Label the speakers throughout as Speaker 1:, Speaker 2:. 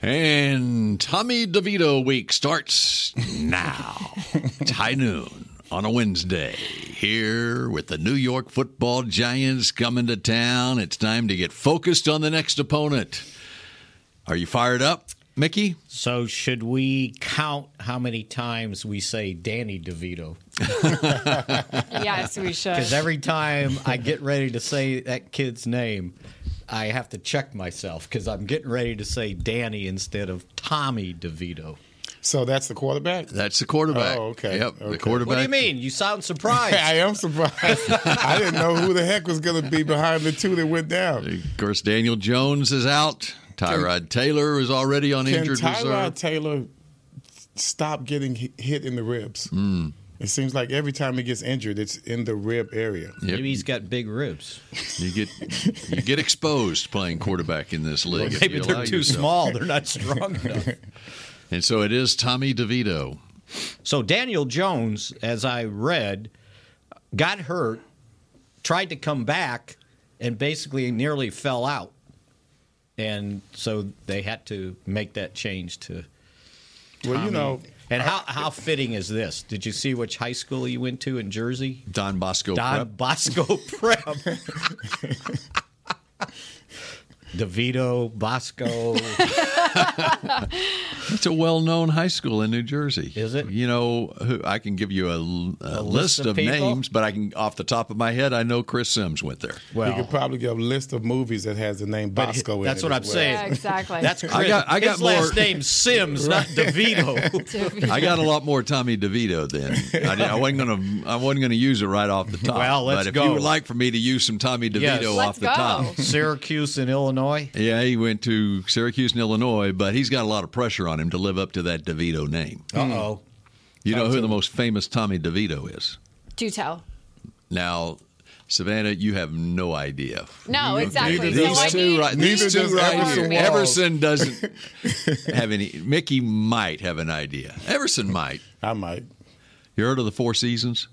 Speaker 1: And Tommy DeVito week starts now. High noon on a Wednesday. Here with the New York football giants coming to town. It's time to get focused on the next opponent. Are you fired up, Mickey?
Speaker 2: So should we count how many times we say Danny DeVito?
Speaker 3: Yes, we should.
Speaker 2: Because every time I get ready to say that kid's name, I have to check myself because I'm getting ready to say Danny instead of Tommy DeVito.
Speaker 4: So that's the quarterback.
Speaker 1: That's the quarterback.
Speaker 4: Oh, okay.
Speaker 1: Yep, the
Speaker 4: Okay.
Speaker 1: quarterback.
Speaker 2: What do you mean? You sound surprised.
Speaker 4: I am surprised. I didn't know who the heck was going to be behind the two that went down.
Speaker 1: Of course, Daniel Jones is out. Tyrod Taylor is already on
Speaker 4: Can
Speaker 1: injured
Speaker 4: Tyrod
Speaker 1: reserve.
Speaker 4: Taylor stop getting hi- hit in the ribs?
Speaker 1: Hmm.
Speaker 4: It seems like every time he gets injured, it's in the rib area.
Speaker 1: Yep.
Speaker 2: Maybe he's got big ribs.
Speaker 1: You get you get exposed playing quarterback in this league. if
Speaker 2: Maybe
Speaker 1: you allow
Speaker 2: they're too
Speaker 1: yourself.
Speaker 2: small. They're not strong enough.
Speaker 1: And so it is Tommy DeVito.
Speaker 2: So Daniel Jones, as I read, got hurt, tried to come back, and basically nearly fell out. And so they had to make that change to.
Speaker 4: Well, you know,
Speaker 2: And how, how fitting is this? Did you see which high school you went to in Jersey?
Speaker 1: Don Bosco.
Speaker 2: Don
Speaker 1: Prep.
Speaker 2: Bosco Prep. DeVito, Bosco.
Speaker 1: It's a well-known high school in New Jersey.
Speaker 2: Is it?
Speaker 1: You know, who- I can give you a, l- a list,
Speaker 2: list
Speaker 1: of,
Speaker 2: of people?
Speaker 1: names, but I can off the top of my head, I know Chris Sims went there.
Speaker 4: you could probably get a list of movies that has the name
Speaker 2: but
Speaker 4: Bosco in it.
Speaker 2: that's what
Speaker 4: as
Speaker 2: I'm
Speaker 4: well.
Speaker 2: saying.
Speaker 3: yeah, exactly.
Speaker 2: That's Chris.
Speaker 1: got- I got
Speaker 2: His last
Speaker 1: more-
Speaker 2: name's Sims, not DeVito.
Speaker 1: I got a lot more Tommy DeVito then. I, did- I wasn't gonna. I wasn't gonna use it right off the top.
Speaker 2: Well, let's
Speaker 1: but if
Speaker 2: go.
Speaker 1: you would like for me to use some Tommy DeVito
Speaker 2: Yes.
Speaker 1: off
Speaker 3: Let's
Speaker 1: the
Speaker 3: go.
Speaker 1: top,
Speaker 2: Syracuse in Illinois.
Speaker 1: yeah, he went to Syracuse in Illinois, but he's got a lot of pressure on him to live up to that DeVito name.
Speaker 2: Uh oh.
Speaker 1: You know who the most famous Tommy DeVito is?
Speaker 3: Do tell.
Speaker 1: Now, Savannah, you have no idea.
Speaker 3: No, exactly.
Speaker 4: neither
Speaker 3: So I
Speaker 1: These two,
Speaker 3: need-
Speaker 1: right? These
Speaker 4: Neither
Speaker 1: two,
Speaker 4: does
Speaker 1: right here.
Speaker 4: Everson Walls.
Speaker 1: Everson doesn't have any. Mickey might have an idea. Everson might.
Speaker 4: I might.
Speaker 1: You heard of the Four Seasons?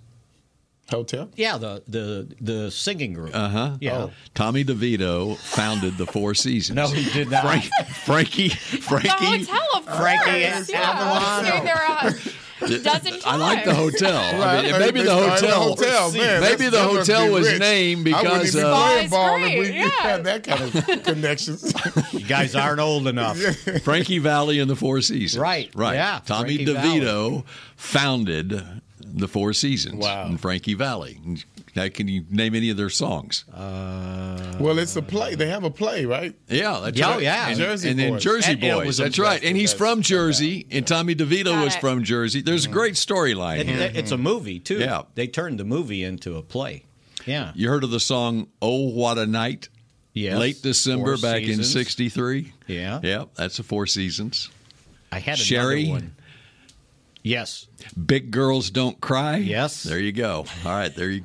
Speaker 4: Hotel?
Speaker 2: Yeah, the the the singing group. Uh
Speaker 1: Uh-huh.
Speaker 2: huh. Yeah.
Speaker 4: Oh.
Speaker 1: Tommy DeVito founded the Four Seasons.
Speaker 2: No, he did not.
Speaker 1: Frank, Frankie, Frankie.
Speaker 3: The hotel, Oh, of
Speaker 2: Frankie
Speaker 3: course.
Speaker 2: and
Speaker 3: Yeah,
Speaker 2: Avalon.
Speaker 3: stay there a dozen times.
Speaker 1: I like the hotel. I mean,
Speaker 4: Right,
Speaker 1: maybe
Speaker 4: they
Speaker 1: the
Speaker 4: started a
Speaker 1: hotel.
Speaker 4: hotel, man.
Speaker 1: maybe
Speaker 4: That's-
Speaker 1: the
Speaker 4: that must be
Speaker 1: hotel was
Speaker 4: rich.
Speaker 1: named
Speaker 4: I wouldn't
Speaker 1: because uh,
Speaker 4: even
Speaker 1: of
Speaker 3: Oh,
Speaker 4: play
Speaker 3: it's
Speaker 4: ball if we
Speaker 3: great,
Speaker 4: didn't have
Speaker 3: yeah.
Speaker 4: that kind of connections.
Speaker 2: You guys aren't old enough.
Speaker 1: Frankie Valley and the Four Seasons.
Speaker 2: Right,
Speaker 1: Right.
Speaker 2: yeah,
Speaker 1: Tommy
Speaker 2: Frankie
Speaker 1: DeVito founded the Four Seasons.
Speaker 4: Wow.
Speaker 1: And Frankie Valley. Now, can you name any of their songs?
Speaker 2: Uh,
Speaker 4: well, it's a play. They have a play, right?
Speaker 1: yeah, that's
Speaker 2: Yeah,
Speaker 1: right.
Speaker 2: yeah.
Speaker 1: And,
Speaker 4: Jersey
Speaker 1: and then
Speaker 4: Boys.
Speaker 1: Jersey
Speaker 2: And it
Speaker 1: Boys.
Speaker 2: was a-
Speaker 1: That's right. And he's
Speaker 4: that's-
Speaker 1: from Jersey, and Tommy DeVito
Speaker 3: Got
Speaker 1: was
Speaker 3: it.
Speaker 1: from Jersey. There's a
Speaker 2: Mm-hmm.
Speaker 1: great storyline
Speaker 2: It-
Speaker 1: here.
Speaker 2: It's a movie too.
Speaker 1: Yeah.
Speaker 2: They turned the movie into a play. Yeah.
Speaker 1: You heard of the song "Oh What a Night"?
Speaker 2: Yes.
Speaker 1: Late December,
Speaker 2: Four
Speaker 1: back in
Speaker 2: Seasons.
Speaker 1: '63.
Speaker 2: Yeah.
Speaker 1: yeah, that's the Four Seasons.
Speaker 2: I had another
Speaker 1: Sherry.
Speaker 2: one. Yes.
Speaker 1: Big girls don't cry.
Speaker 2: Yes.
Speaker 1: There you go. All right, there you.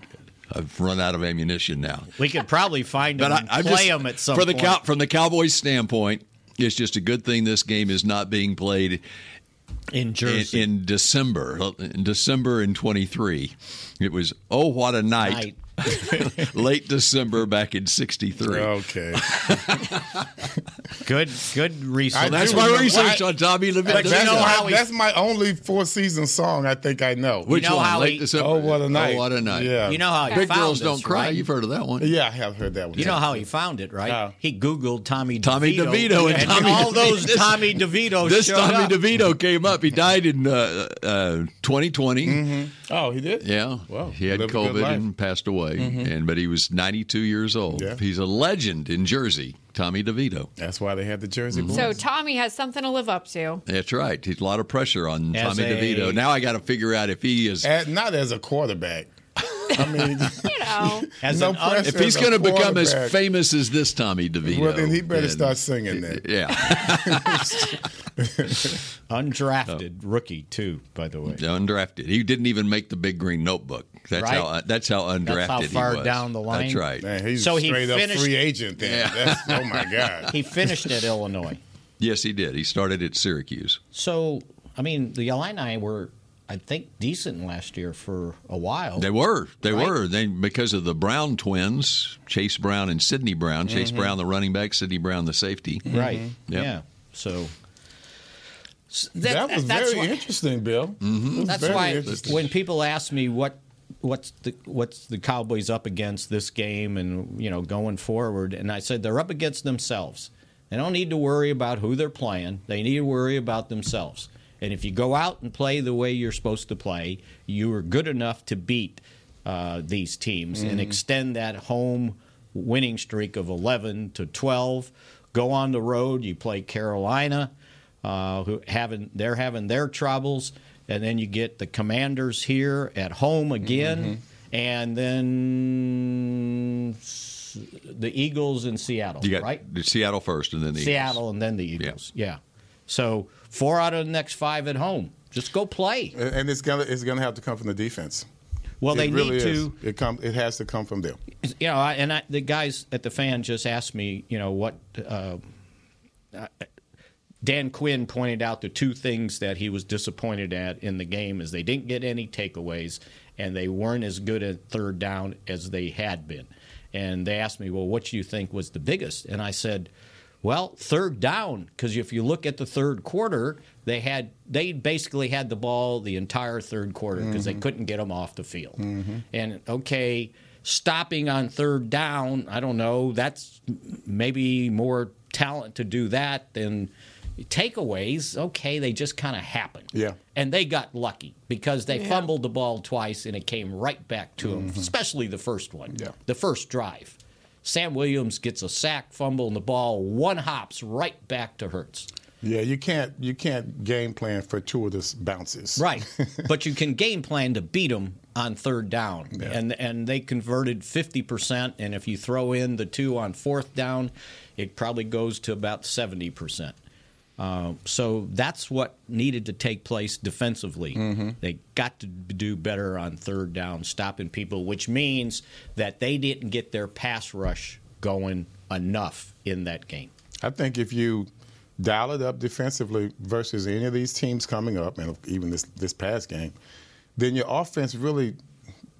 Speaker 1: I've run out of ammunition now.
Speaker 2: We could probably find
Speaker 1: But
Speaker 2: them
Speaker 1: I,
Speaker 2: and
Speaker 1: I'm
Speaker 2: play
Speaker 1: just
Speaker 2: them at some
Speaker 1: for the
Speaker 2: point.
Speaker 1: cow from the Cowboys' standpoint. It's just a good thing this game is not being played
Speaker 2: in
Speaker 1: in,
Speaker 2: Jersey.
Speaker 1: in December. In December in 23, it was oh what a night. Late December back in '63.
Speaker 2: Oh.
Speaker 4: Okay.
Speaker 2: Good good research.
Speaker 4: I
Speaker 1: That's
Speaker 4: do
Speaker 1: my
Speaker 4: remember-
Speaker 1: research
Speaker 4: I-
Speaker 1: on Tommy
Speaker 4: But
Speaker 1: Levin.
Speaker 4: that's,
Speaker 2: know
Speaker 4: my,
Speaker 2: how he-
Speaker 4: that's my only four season song I think I know.
Speaker 1: Which
Speaker 2: know
Speaker 1: one?
Speaker 2: how
Speaker 1: Late
Speaker 2: he-
Speaker 1: December.
Speaker 4: oh, what a night!
Speaker 1: Oh, what a night.
Speaker 4: Yeah,
Speaker 2: you know how he
Speaker 1: Big
Speaker 2: found
Speaker 1: Girls
Speaker 2: this,
Speaker 1: Don't Cry.
Speaker 2: right?
Speaker 1: You've heard of that one.
Speaker 4: Yeah, I have heard that one.
Speaker 2: You know how he found it, right?
Speaker 4: How?
Speaker 2: He Googled Tommy
Speaker 1: Tommy
Speaker 2: DeVito.
Speaker 1: DeVito and Tommy
Speaker 2: all
Speaker 1: DeVito.
Speaker 2: those
Speaker 1: This-
Speaker 2: Tommy DeVitos
Speaker 1: This
Speaker 2: showed
Speaker 1: Tommy
Speaker 2: up.
Speaker 1: DeVito came up. He died in uh, uh, 2020.
Speaker 4: Oh, he did.
Speaker 1: Yeah,
Speaker 4: Wow.
Speaker 1: he had
Speaker 4: Lived a good
Speaker 1: COVID
Speaker 4: life. Mm-hmm.
Speaker 1: and passed away. And but he was 92 years old.
Speaker 4: Yeah.
Speaker 1: He's a legend in Jersey, Tommy DeVito.
Speaker 4: That's why they had the Jersey
Speaker 2: Mm-hmm.
Speaker 4: Boys.
Speaker 3: So Tommy has something to live up to.
Speaker 1: That's right. He's a lot of pressure on
Speaker 2: As
Speaker 1: Tommy
Speaker 2: a-
Speaker 1: DeVito. Now I got to figure out if he is.
Speaker 4: At- not as a quarterback. I mean,
Speaker 3: You know,
Speaker 2: As
Speaker 4: no
Speaker 2: an un-
Speaker 4: pressure
Speaker 1: If he's
Speaker 4: as a
Speaker 1: going to become as
Speaker 4: quarterback.
Speaker 1: famous as this Tommy DeVito,
Speaker 4: well, then he better start singing that.
Speaker 1: Yeah,
Speaker 2: undrafted
Speaker 1: Oh.
Speaker 2: rookie too, by the way.
Speaker 1: undrafted. He didn't even make the Big Green Notebook. That's
Speaker 2: Right.
Speaker 1: how. uh, That's how undrafted
Speaker 2: That's how far
Speaker 1: he was.
Speaker 2: down the line.
Speaker 1: That's right.
Speaker 4: Man, he's
Speaker 2: So he
Speaker 4: straight up
Speaker 2: finished-
Speaker 4: free agent. Then That's- oh my god.
Speaker 2: He finished at Illinois.
Speaker 1: Yes, he did. He started at Syracuse.
Speaker 2: So I mean, the Illini were, I think, decent last year for a while.
Speaker 1: They were. They
Speaker 2: Right.
Speaker 1: were. They because of the Brown twins, Chase Brown and Sidney Brown. Chase Brown, the running back. Sidney Brown, the safety.
Speaker 2: Mm-hmm. right?
Speaker 1: Mm-hmm. Yep.
Speaker 2: Yeah. So S-
Speaker 4: That, was
Speaker 2: that's
Speaker 4: very
Speaker 2: why-
Speaker 4: interesting, Bill. Mm-hmm.
Speaker 2: That's why when people ask me what what's the what's the Cowboys up against this game and you know going forward, and I said they're up against themselves. They don't need to worry about who they're playing. They need to worry about themselves. And if you go out and play the way you're supposed to play, you are good enough to beat uh, these teams and extend that home winning streak of 11 to 12. Go on the road. You play Carolina uh, who having they're having their troubles, and then you get the Commanders here at home again, and then s- the Eagles in Seattle,
Speaker 1: You got
Speaker 2: right?
Speaker 1: Seattle first, and then the Eagles.
Speaker 2: Seattle and then the Eagles, yeah. So four out of the next five at home. Just go play.
Speaker 4: and it's gonna it's gonna have to come from the defense.
Speaker 2: Well,
Speaker 4: It
Speaker 2: they
Speaker 4: really
Speaker 2: need
Speaker 4: is.
Speaker 2: to.
Speaker 4: It come. It has to come from them.
Speaker 2: you know, I, and I, the guys at the fan just asked me, you know, what uh, I- Dan Quinn pointed out the two things that he was disappointed at in the game is they didn't get any takeaways and they weren't as good at third down as they had been. And they asked me, well, what do you think was the biggest? And I said, well, third down, because if you look at the third quarter, they had they basically had the ball the entire third quarter because they couldn't get them off the field. And okay, stopping on third down, I don't know, that's m- maybe more talent to do that than takeaways. Okay, they just kind of happened.
Speaker 4: Yeah.
Speaker 2: And they got lucky because they fumbled the ball twice and it came right back to them, especially the first one,
Speaker 4: Mm-hmm. Yeah.
Speaker 2: the first drive. Sam Williams gets a sack, fumble, and the ball one hops right back to Hertz.
Speaker 4: Yeah, you can't you can't game plan fortuitous bounces.
Speaker 2: Right. but you can game plan to beat them on third down. And and they converted 50% and if you throw in the two on fourth down, it probably goes to about 70%. Uh, so that's what needed to take place defensively. They got to do better on third down, stopping people, which means that they didn't get their pass rush going enough in that game.
Speaker 4: I think if you dial it up defensively versus any of these teams coming up, and even this this past game, then your offense really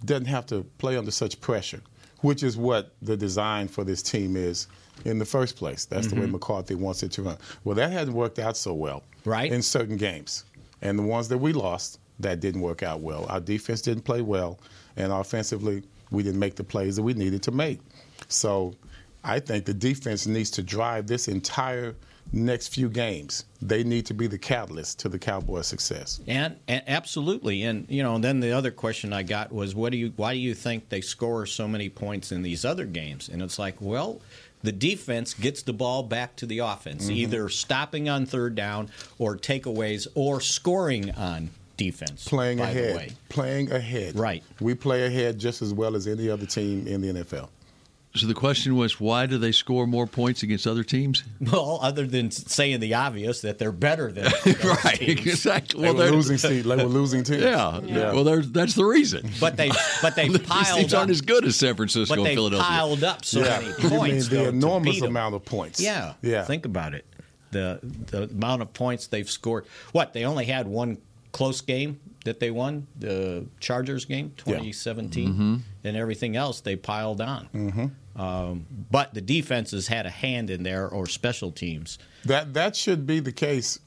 Speaker 4: doesn't have to play under such pressure, which is what the design for this team is in the first place. That's the way McCarthy wants it to run. Well, that hasn't worked out so well,
Speaker 2: Right.
Speaker 4: In certain games, and the ones that we lost, that didn't work out well. Our defense didn't play well, and offensively, we didn't make the plays that we needed to make. So I think the defense needs to drive this entire next few games. They need to be the catalyst to the Cowboys' success.
Speaker 2: And, and absolutely, and you know, and then the other question I got was, what do you? Why do you think they score so many points in these other games? And it's like, well, the defense gets the ball back to the offense,
Speaker 1: Mm-hmm.
Speaker 2: either stopping on third down or takeaways or scoring on defense.
Speaker 4: Playing
Speaker 2: by the
Speaker 4: ahead.
Speaker 2: way.
Speaker 4: Playing ahead.
Speaker 2: Right.
Speaker 4: We play ahead just as well as any other team in the NFL.
Speaker 1: So the question was, why do they score more points against other teams?
Speaker 2: Well, other than saying the obvious that they're better than those teams.
Speaker 1: Exactly.
Speaker 4: They
Speaker 1: Well,
Speaker 4: were
Speaker 1: they're
Speaker 4: losing seed. They were losing teams.
Speaker 1: Yeah.
Speaker 4: Yeah.
Speaker 1: Well, there's that's the reason.
Speaker 2: But they, but they
Speaker 1: These
Speaker 2: piled
Speaker 1: teams
Speaker 2: up,
Speaker 1: aren't as good as San Francisco
Speaker 2: but
Speaker 1: and
Speaker 2: they
Speaker 1: Philadelphia.
Speaker 2: piled up so many
Speaker 4: You
Speaker 2: points.
Speaker 4: mean
Speaker 2: though,
Speaker 4: the
Speaker 2: to
Speaker 4: enormous
Speaker 2: beat 'em.
Speaker 4: amount of points.
Speaker 2: Yeah.
Speaker 4: Yeah.
Speaker 2: Think about it. The the amount of points they've scored. What, they only had one close game that they won, the Chargers game, 2017, and everything else they piled on. Um, but the defenses had a hand in there or special teams.
Speaker 4: That that should be the case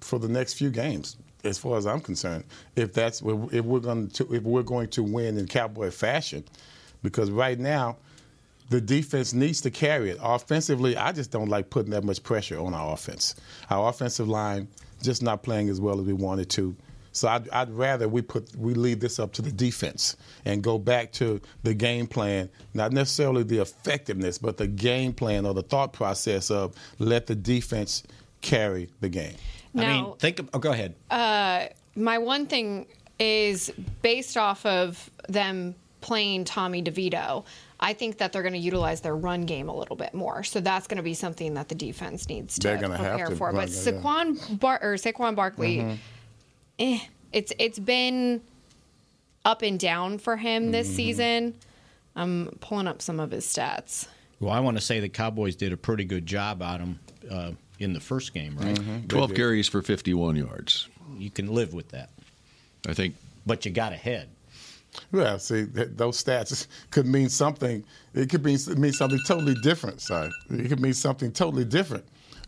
Speaker 4: for the next few games, as far as I'm concerned. If that's if we're going to if we're going to win in cowboy fashion, because right now the defense needs to carry it. Offensively, I just don't like putting that much pressure on our offense. Our offensive line just not playing as well as we wanted to. So I'd, I'd rather we put we leave this up to the defense and go back to the game plan, not necessarily the effectiveness, but the game plan or the thought process of let the defense carry the game.
Speaker 2: I mean,
Speaker 3: Now-
Speaker 2: think of, oh, go ahead.
Speaker 3: my one thing is based off of them playing Tommy DeVito, I think that they're going to utilize their run game a little bit more. So that's going to be something that the defense needs to
Speaker 4: They're gonna have
Speaker 3: prepare
Speaker 4: to
Speaker 3: for.
Speaker 4: run
Speaker 3: But
Speaker 4: it, yeah.
Speaker 3: Saquon Bar- or Saquon Barkley, eh, it's it's been up and down for him
Speaker 4: Mm-hmm.
Speaker 3: this season. I'm pulling up some of his stats.
Speaker 2: Well, I want to say the Cowboys did a pretty good job on him uh, in the first game, right?
Speaker 1: 12 carries for 51 yards.
Speaker 2: You can live with that,
Speaker 1: I think
Speaker 2: but you got ahead.
Speaker 4: Yeah, see, th- those stats could mean something. It could mean, mean something totally different. Sorry, it could mean something totally different.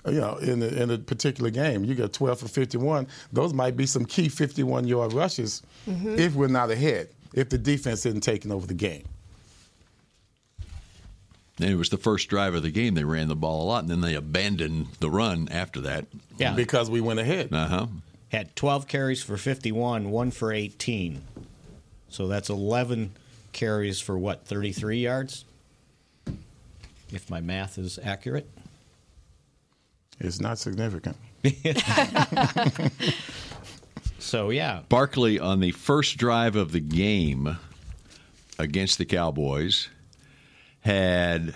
Speaker 4: uh, You know, in a, in a particular game, you got 12 for 51. Those might be some key 51 yard rushes if we're not ahead. If the defense isn't taking over the game,
Speaker 1: and it was the first drive of the game. They ran the ball a lot, and then they abandoned the run after that.
Speaker 2: Yeah,
Speaker 4: because we went ahead.
Speaker 1: Uh huh.
Speaker 2: had 12 carries for 51, one for 18. So that's 11 carries for what, 33 yards? If my math is accurate.
Speaker 4: It's not significant.
Speaker 2: So, yeah.
Speaker 1: Barkley on the first drive of the game against the Cowboys had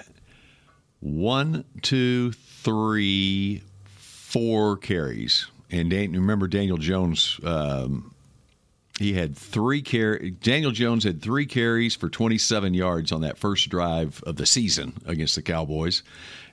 Speaker 1: one, two, three, four carries. And Dan, remember Daniel Jones? Um, he had three carry. Daniel Jones had three carries for 27 yards on that first drive of the season against the Cowboys,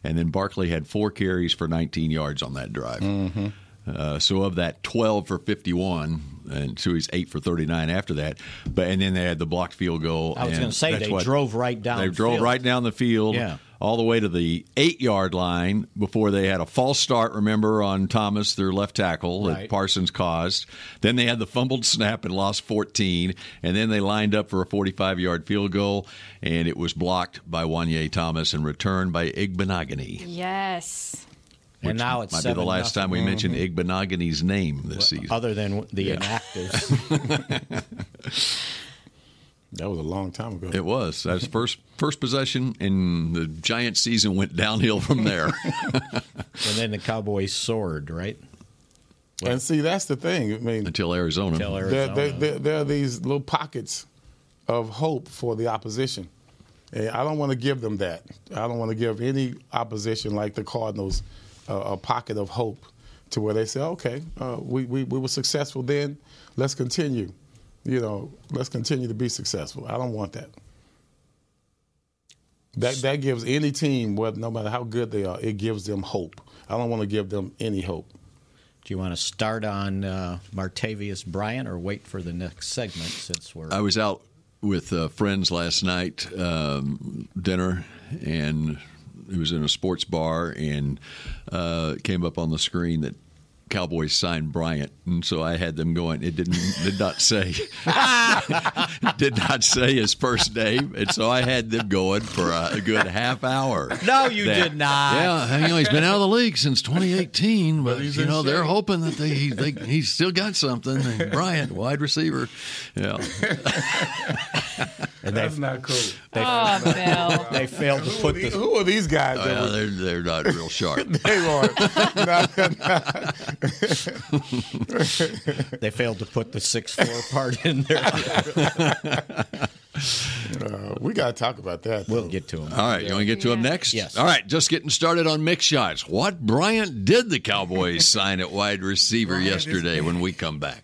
Speaker 1: and then Barkley had four carries for 19 yards on that drive. Uh, so of that 12 for 51, and so he's eight for 39 after that. But and then they had the blocked field goal.
Speaker 2: I was
Speaker 1: and
Speaker 2: going to say
Speaker 1: that's
Speaker 2: they
Speaker 1: what-
Speaker 2: drove right down.
Speaker 1: they
Speaker 2: the
Speaker 1: drove
Speaker 2: field.
Speaker 1: right down the field,
Speaker 2: Yeah.
Speaker 1: all the way to the eight yard line before they had a false start. Remember on Thomas, their left tackle that
Speaker 2: Right.
Speaker 1: Parsons caused. Then they had the fumbled snap and lost fourteen, and then they lined up for a forty five yard field goal, and it was blocked by Wanye Thomas and returned by Igbenogany.
Speaker 3: Yes.
Speaker 2: And now it's
Speaker 1: Might be
Speaker 2: seven
Speaker 1: the last time
Speaker 2: nothing.
Speaker 1: we mentioned Igbenogany's name this season.
Speaker 2: Other than the inactives.
Speaker 4: That was a long time ago.
Speaker 1: It was. That's first first possession, and the Giants' season went downhill from there.
Speaker 2: and then the Cowboys soared, right?
Speaker 4: and see, that's the thing. I mean,
Speaker 1: until Arizona.
Speaker 2: Till
Speaker 4: there,
Speaker 2: Arizona.
Speaker 4: there, there, there are these little pockets of hope for the opposition. And I don't want to give them that. I don't want to give any opposition like the Cardinals uh, a pocket of hope to where they say, okay, uh, we, we, we were successful then. Let's continue. You know, let's continue to be successful. I don't want that. That, that gives any team, whether, no matter how good they are, it gives them hope. I don't want to give them any hope.
Speaker 2: Do you want to start on uh, Martavius Bryant or wait for the next segment since we're.
Speaker 1: I was out with uh, friends last night, um, dinner, and it was in a sports bar, and uh, it came up on the screen that Cowboys signed Bryant, and so I had them going. It didn't did not say did not say his first name, and so I had them going for a, a good half hour.
Speaker 2: No, you
Speaker 1: That-
Speaker 2: did not.
Speaker 1: Yeah, you know, he's been out of the league since 2018, but,
Speaker 4: he's
Speaker 1: you
Speaker 4: in
Speaker 1: know they're
Speaker 4: shape.
Speaker 1: hoping that they, they he's still got something. And Bryant, wide receiver, yeah.
Speaker 4: That's not cool.
Speaker 3: Oh, Bill.
Speaker 2: they failed to
Speaker 4: Who are,
Speaker 2: put
Speaker 4: the-
Speaker 2: the.
Speaker 4: who are these guys? that
Speaker 1: Well,
Speaker 4: were-
Speaker 1: they're, Oh, they're not real sharp.
Speaker 4: They are. No,
Speaker 2: They failed to put the six four part in there.
Speaker 4: no, we got to talk about that.
Speaker 2: We'll get to him.
Speaker 1: All right, you want to get to him next?
Speaker 2: Yes.
Speaker 1: All right, just getting started on mix shots. What Bryant did the Cowboys sign at wide receiver yesterday when we come back?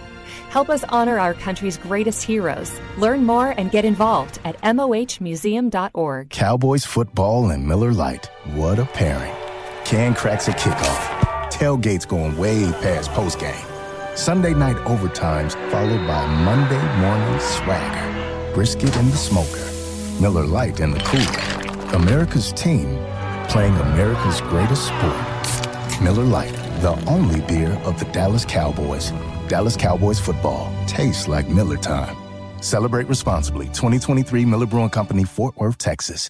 Speaker 5: Help us honor our country's greatest heroes. Learn more and get involved at mohmuseum.org.
Speaker 6: Cowboys football and Miller Lite. What a pairing. Can cracks a kickoff. Tailgates going way past postgame. Sunday night overtimes followed by Monday morning swagger. Brisket in the smoker. Miller Lite in the cooler. America's team playing America's greatest sport. Miller Lite, the only beer of the Dallas Cowboys. Dallas Cowboys football tastes like Miller time. Celebrate responsibly. 2023 Miller Brewing Company, Fort Worth, Texas.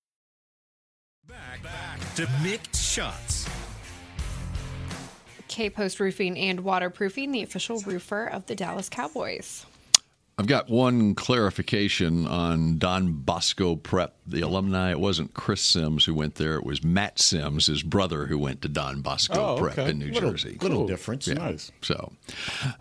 Speaker 7: to mixed shots.
Speaker 3: K Post Roofing and Waterproofing, the official roofer of the Dallas Cowboys.
Speaker 1: I've got one clarification on Don Bosco Prep, the alumni. It wasn't Chris Sims who went there. It was Matt Sims, his brother, who went to Don Bosco
Speaker 2: Oh,
Speaker 1: Prep
Speaker 2: okay.
Speaker 1: in New
Speaker 2: Little-
Speaker 1: Jersey.
Speaker 2: little Cool. difference.
Speaker 1: Yeah.
Speaker 2: Nice.
Speaker 1: So,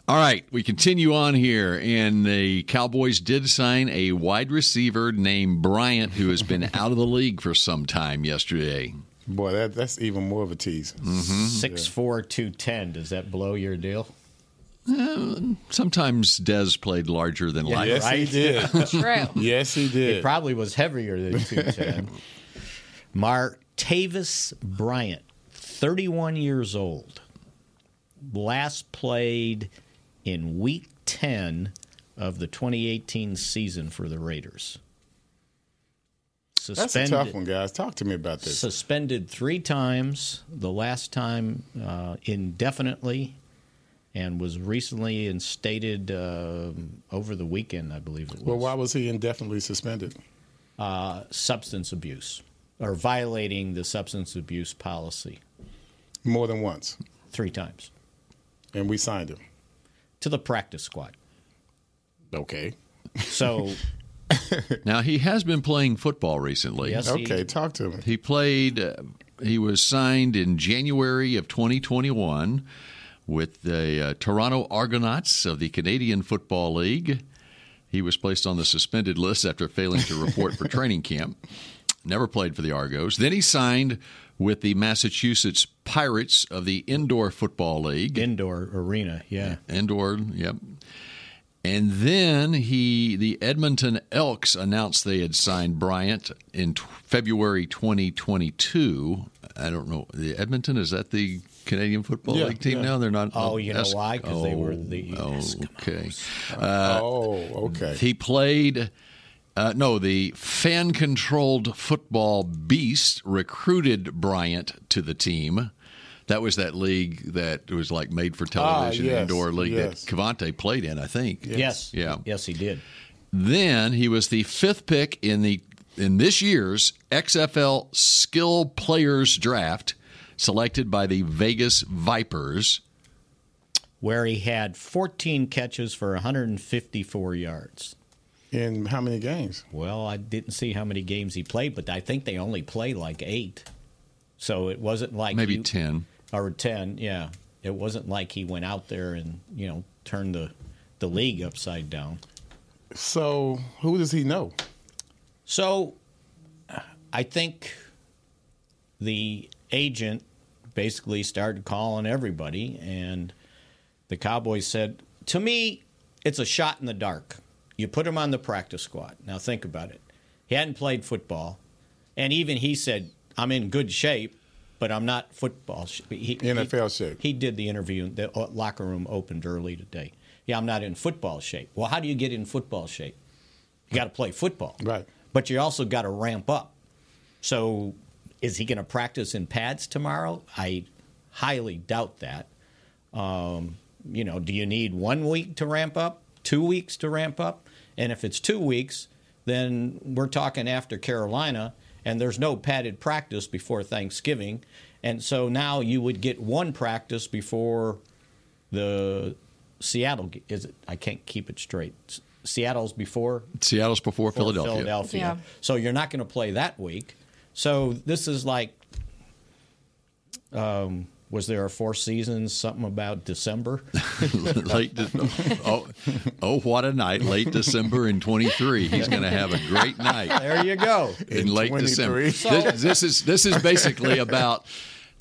Speaker 1: all right, we continue on here. And the Cowboys did sign a wide receiver named Bryant, who has been out of the league for some time yesterday.
Speaker 4: Boy, that, that's even more of a tease.
Speaker 2: Mm-hmm. Six four two ten. Does that blow your deal?
Speaker 1: Uh, sometimes Des played larger than life.
Speaker 2: Yes, he did. True.
Speaker 4: Yes, he
Speaker 2: did. It probably was heavier than 210. Martavis Bryant, 31 years old, last played in week 10 of the 2018 season for the Raiders.
Speaker 4: That's a tough one, guys. Talk to me about this.
Speaker 2: Suspended three times, the last time uh, indefinitely, and was recently instated um over the weekend, I believe it was.
Speaker 4: Well, why was he indefinitely suspended?
Speaker 2: Uh, substance abuse or violating the substance abuse policy.
Speaker 4: More than once.
Speaker 2: Three times.
Speaker 4: And we signed him.
Speaker 2: To the practice squad.
Speaker 4: Okay.
Speaker 2: So
Speaker 1: Now he has been playing football recently.
Speaker 2: Yes, he- Okay,
Speaker 4: talk to him.
Speaker 1: He played. Uh, he was signed in January of 2021 with the uh, Toronto Argonauts of the Canadian Football League. He was placed on the suspended list after failing to report for training camp. Never played for the Argos. Then he signed with the Massachusetts Pirates of the Indoor Football League.
Speaker 2: Indoor arena, yeah.
Speaker 1: Indoor, yep. And then he, the Edmonton Elks announced they had signed Bryant in t- February 2022. I don't know. The Edmonton is that the Canadian Football
Speaker 2: Yeah,
Speaker 1: League team
Speaker 2: yeah.
Speaker 1: now? They're not.
Speaker 2: Oh, you know
Speaker 1: Esk-
Speaker 2: why? 'Cause they were the
Speaker 1: oh, Okay.
Speaker 2: Uh,
Speaker 4: oh, okay.
Speaker 1: He played. Uh, no, the fan controlled football beast recruited Bryant to the team. That was that league that was like made for television
Speaker 2: yes,
Speaker 1: indoor league
Speaker 2: yes.
Speaker 1: that Cavante played in, I think.
Speaker 2: Yes.
Speaker 1: Yeah.
Speaker 2: Yes, he did.
Speaker 1: Then he was the fifth pick in the in this year's XFL Skill Players Draft, selected by the Vegas Vipers.
Speaker 2: Where he had 14 catches for 154 yards.
Speaker 4: In how many games?
Speaker 2: Well, I didn't see how many games he played, but I think they only play like eight. So it wasn't like
Speaker 1: Maybe
Speaker 2: you-
Speaker 1: 10.
Speaker 2: or 10 yeah it wasn't like he went out there and you know turned the the league upside down
Speaker 4: So who does he know
Speaker 2: so i think the agent basically started calling everybody and the cowboys said to me it's a shot in the dark you put him on the practice squad now think about it he hadn't played football and even he said i'm in good shape but i'm not football sh-. He,
Speaker 4: NFL
Speaker 2: he, shape he did the interview the o- locker room opened early today yeah i'm not in football shape well how do you get in football shape you got to play football
Speaker 4: Right.
Speaker 2: but you also got to ramp up So is he going to practice in pads tomorrow? I highly doubt that. Um, you know, do you need one week to ramp up, two weeks to ramp up? And if it's two weeks, then we're talking after Carolina, and there's no padded practice before Thanksgiving. And so now you would get one practice before the Seattle g- is it? I can't keep it straight. S- Seattle's before
Speaker 1: Seattle's before Philadelphia.
Speaker 2: Philadelphia.
Speaker 1: Yeah.
Speaker 2: So you're not going to play that week. So this is like, um, was there a Four Seasons something about December?
Speaker 1: late de- oh, oh what a night late december in 23 he's going to have a great night
Speaker 2: There you go.
Speaker 1: in, late december
Speaker 2: So-
Speaker 1: this, this is this is basically about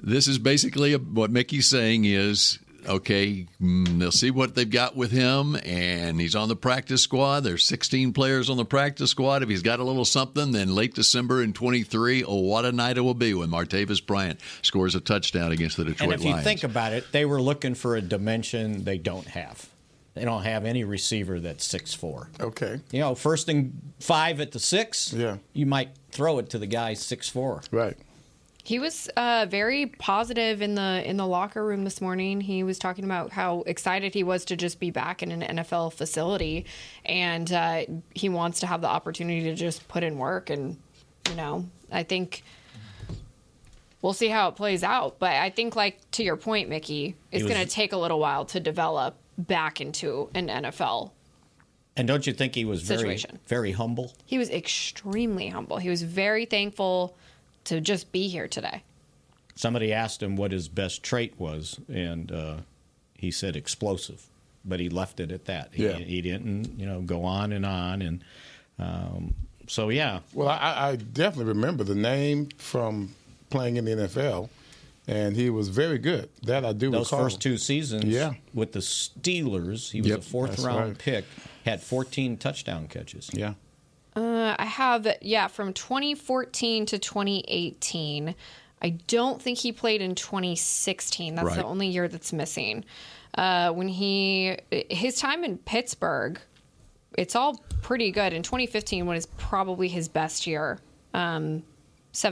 Speaker 1: this is basically a, what mickey's saying is okay mm, they'll see what they've got with him and he's on the practice squad there's 16 players on the practice squad if he's got a little something then late december in 23 oh what a night it will be when martavis bryant scores a touchdown against the detroit
Speaker 2: and if you
Speaker 1: lions
Speaker 2: think about it, they were looking for a dimension they don't have. They don't have any receiver that's six four.
Speaker 4: Okay.
Speaker 2: You know, first and five at the six. Yeah. You might throw it to the guy six four.
Speaker 4: Right.
Speaker 3: He was uh, very positive in the in the locker room this morning. He was talking about how excited he was to just be back in an NFL facility, and uh, he wants to have the opportunity to just put in work. And you know, I think we'll see how it plays out. But I think, like to your point, Mickey, it's
Speaker 2: was-
Speaker 3: going to take a little while to develop back into an NFL
Speaker 2: And don't you think he was very
Speaker 3: Situation.
Speaker 2: very humble?
Speaker 3: He was extremely humble. He was very thankful to just be here today.
Speaker 2: Somebody asked him what his best trait was, and uh, he said explosive, but he left it at that. He,
Speaker 4: Yeah.
Speaker 2: he didn't, you know, go on and on. And um, so, yeah,
Speaker 4: Well, I, I definitely remember the name from playing in the NFL, and he was very good. That I do
Speaker 2: those
Speaker 4: recall.
Speaker 2: first two seasons
Speaker 4: Yeah.
Speaker 2: with the Steelers, he was
Speaker 4: Yep.
Speaker 2: a fourth
Speaker 4: That's
Speaker 2: round
Speaker 4: right.
Speaker 2: pick, had 14 touchdown catches.
Speaker 4: Yeah.
Speaker 3: Uh, I have, yeah, from 2014 to 2018. I don't think he played in 2016. That's
Speaker 8: Right.
Speaker 3: the only year that's missing. Uh, when he, his time in Pittsburgh, it's all pretty good. In 2015, was probably his best year, um,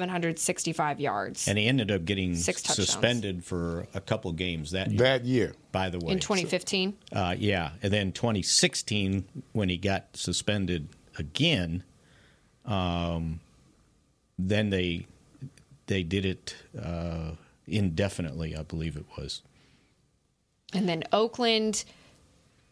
Speaker 3: 765 yards.
Speaker 2: And he ended up getting
Speaker 3: Six touchdowns.
Speaker 2: suspended for a couple games that year.
Speaker 4: That year,
Speaker 2: by the way,
Speaker 3: in 2015.
Speaker 2: Uh, yeah, and then 2016 when he got suspended again, um, then they they did it uh, indefinitely, I believe it was.
Speaker 3: And then Oakland,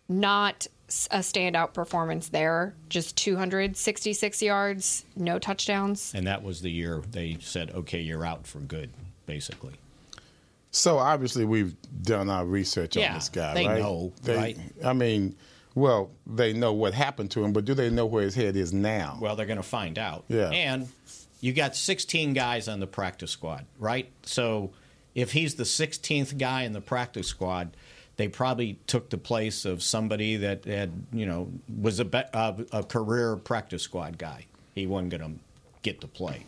Speaker 3: not s- a standout performance there. Just 266 yards, no touchdowns.
Speaker 2: And that was the year they said, "Okay, you're out for good," basically.
Speaker 4: So obviously we've done our research on
Speaker 2: Yeah,
Speaker 4: this guy,
Speaker 2: they
Speaker 4: right?
Speaker 2: know, right?
Speaker 4: I mean, well, they know what happened to him, but do they know where his head is now?
Speaker 2: Well, they're going to find out.
Speaker 4: Yeah.
Speaker 2: And you got 16 guys on the practice squad, right? So if he's the 16th guy in the practice squad, they probably took the place of somebody that had, you know, was a, be- uh, a career practice squad guy. He wasn't going to get to play.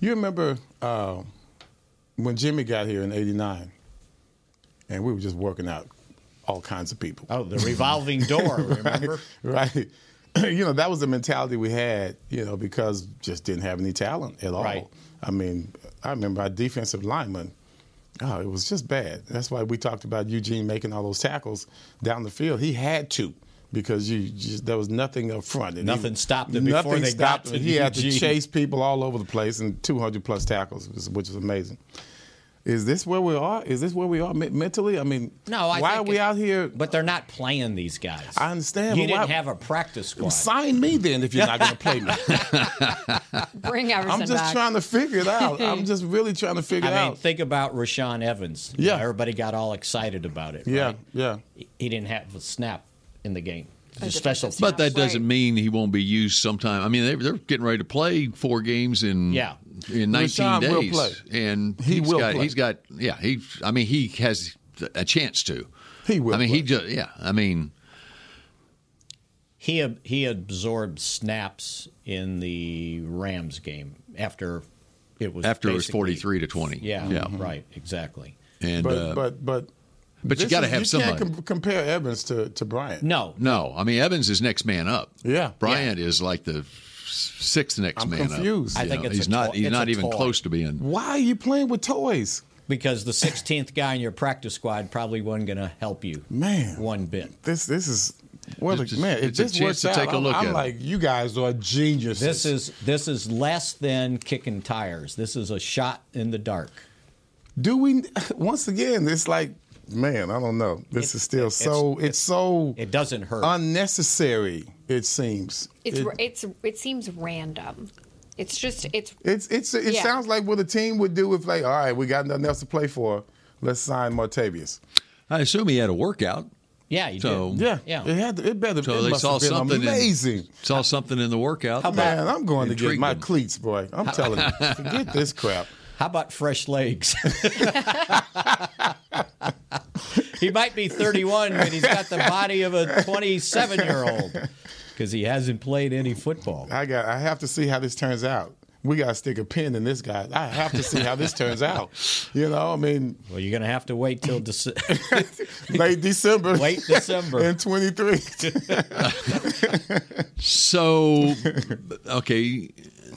Speaker 4: You remember uh, when Jimmy got here in '89, and we were just working out all kinds of people.
Speaker 2: Oh, the revolving door, remember?
Speaker 4: right. right. You know, that was the mentality we had, you know, because just didn't have any talent at all.
Speaker 2: Right.
Speaker 4: I mean, I remember our defensive lineman, oh, it was just bad. That's why we talked about Eugene making all those tackles down the field. He had to because you just, there was nothing up front. And he-
Speaker 2: Nothing stopped him before
Speaker 4: nothing
Speaker 2: they got
Speaker 4: stopped
Speaker 2: to
Speaker 4: him. He had to
Speaker 2: Eugene.
Speaker 4: chase people all over the place and 200 plus tackles, which is- which is amazing. Is this where we are? Is this where we are me- mentally? I mean,
Speaker 2: No, I
Speaker 4: why
Speaker 2: think
Speaker 4: are we
Speaker 2: it-
Speaker 4: out here?
Speaker 2: But they're not playing these guys.
Speaker 4: I understand.
Speaker 2: you
Speaker 4: but why-
Speaker 2: didn't have a practice squad.
Speaker 4: Sign me then if you're not going to play me.
Speaker 3: Bring
Speaker 4: I'm
Speaker 3: Everson
Speaker 4: just
Speaker 3: back.
Speaker 4: trying to figure it out. I'm just really trying to figure
Speaker 2: I
Speaker 4: it
Speaker 2: mean,
Speaker 4: out.
Speaker 2: think about Rashawn Evans. Yeah, everybody got all excited about it.
Speaker 4: Yeah,
Speaker 2: right?
Speaker 4: yeah.
Speaker 2: He didn't have a snap in the game.
Speaker 3: A
Speaker 2: It's a special,
Speaker 1: But that doesn't mean he won't be used sometime. I mean, they, they're getting ready to play four games in
Speaker 2: Yeah.
Speaker 1: in 19
Speaker 2: Rashawn
Speaker 1: days,
Speaker 2: will play.
Speaker 1: and
Speaker 2: He
Speaker 1: he's
Speaker 2: will
Speaker 1: got,
Speaker 2: play.
Speaker 1: He's got yeah. He I mean he has a chance to.
Speaker 4: He will.
Speaker 1: I mean he just yeah. I mean
Speaker 2: He ab- he absorbed snaps in the Rams game after it was
Speaker 1: after it was
Speaker 2: basically-
Speaker 1: 43 to 20.
Speaker 2: Yeah,
Speaker 1: yeah,
Speaker 2: right, exactly.
Speaker 1: And
Speaker 4: but,
Speaker 1: uh,
Speaker 4: but but
Speaker 1: but you
Speaker 4: this
Speaker 1: gotta
Speaker 4: is-
Speaker 1: have
Speaker 4: you
Speaker 1: somebody.
Speaker 4: Can't com- compare Evans to to Bryant.
Speaker 2: No,
Speaker 1: no, I mean Evans is next man up.
Speaker 4: Yeah,
Speaker 1: Bryant is like the sixth next
Speaker 4: I'm
Speaker 1: man up,
Speaker 4: confused.
Speaker 1: you
Speaker 4: I think
Speaker 1: know.
Speaker 4: it's a
Speaker 1: he's not.
Speaker 4: toy-
Speaker 1: He's
Speaker 4: it's
Speaker 1: not
Speaker 4: a
Speaker 1: even
Speaker 4: toy.
Speaker 1: close to being.
Speaker 4: Why are you playing with toys?
Speaker 2: Because the 16th guy in your practice squad probably wasn't going to help you.
Speaker 4: Man.
Speaker 2: One bit.
Speaker 4: This this is what
Speaker 2: It's
Speaker 4: a,
Speaker 2: a-
Speaker 4: man. If
Speaker 2: it's a
Speaker 4: this
Speaker 2: chance
Speaker 4: works
Speaker 2: to
Speaker 4: out,
Speaker 2: take a
Speaker 4: I'm-
Speaker 2: look
Speaker 4: I'm,
Speaker 2: at it.
Speaker 4: like, you guys are geniuses.
Speaker 2: This is this is less than kicking tires. This is a shot in the dark.
Speaker 4: do we? Once again, it's like, man, I don't know. This is still so. It's, so. It
Speaker 2: doesn't hurt.
Speaker 4: Unnecessary. It seems.
Speaker 3: It's
Speaker 4: It-
Speaker 3: ra- it's it seems random. It's just it's
Speaker 4: It's it's it
Speaker 3: Yeah.
Speaker 4: sounds like what a team would do if like, all right, we got nothing else to play for. Let's sign Martavius.
Speaker 1: I assume he had a workout.
Speaker 2: Yeah, he
Speaker 1: So- did.
Speaker 4: Yeah,
Speaker 1: Yeah.
Speaker 4: It had to, it better.
Speaker 1: So
Speaker 4: it
Speaker 1: they
Speaker 4: must
Speaker 1: saw
Speaker 4: have been
Speaker 1: something. in-
Speaker 4: amazing.
Speaker 1: saw something in the workout.
Speaker 4: man, I'm going to get
Speaker 1: Intrigued
Speaker 4: my
Speaker 1: them.
Speaker 4: cleats, boy. I'm telling you, forget this crap.
Speaker 2: How about fresh legs? he might be 31, but he's got the body of a 27 year old because he hasn't played any football.
Speaker 4: I got. I have to see how this turns out. We got to stick a pin in this guy. I have to see how this turns out. You know, I mean,
Speaker 2: Well, you're going to have to wait till December.
Speaker 4: late December.
Speaker 2: Late December.
Speaker 4: in 23.
Speaker 1: So, okay,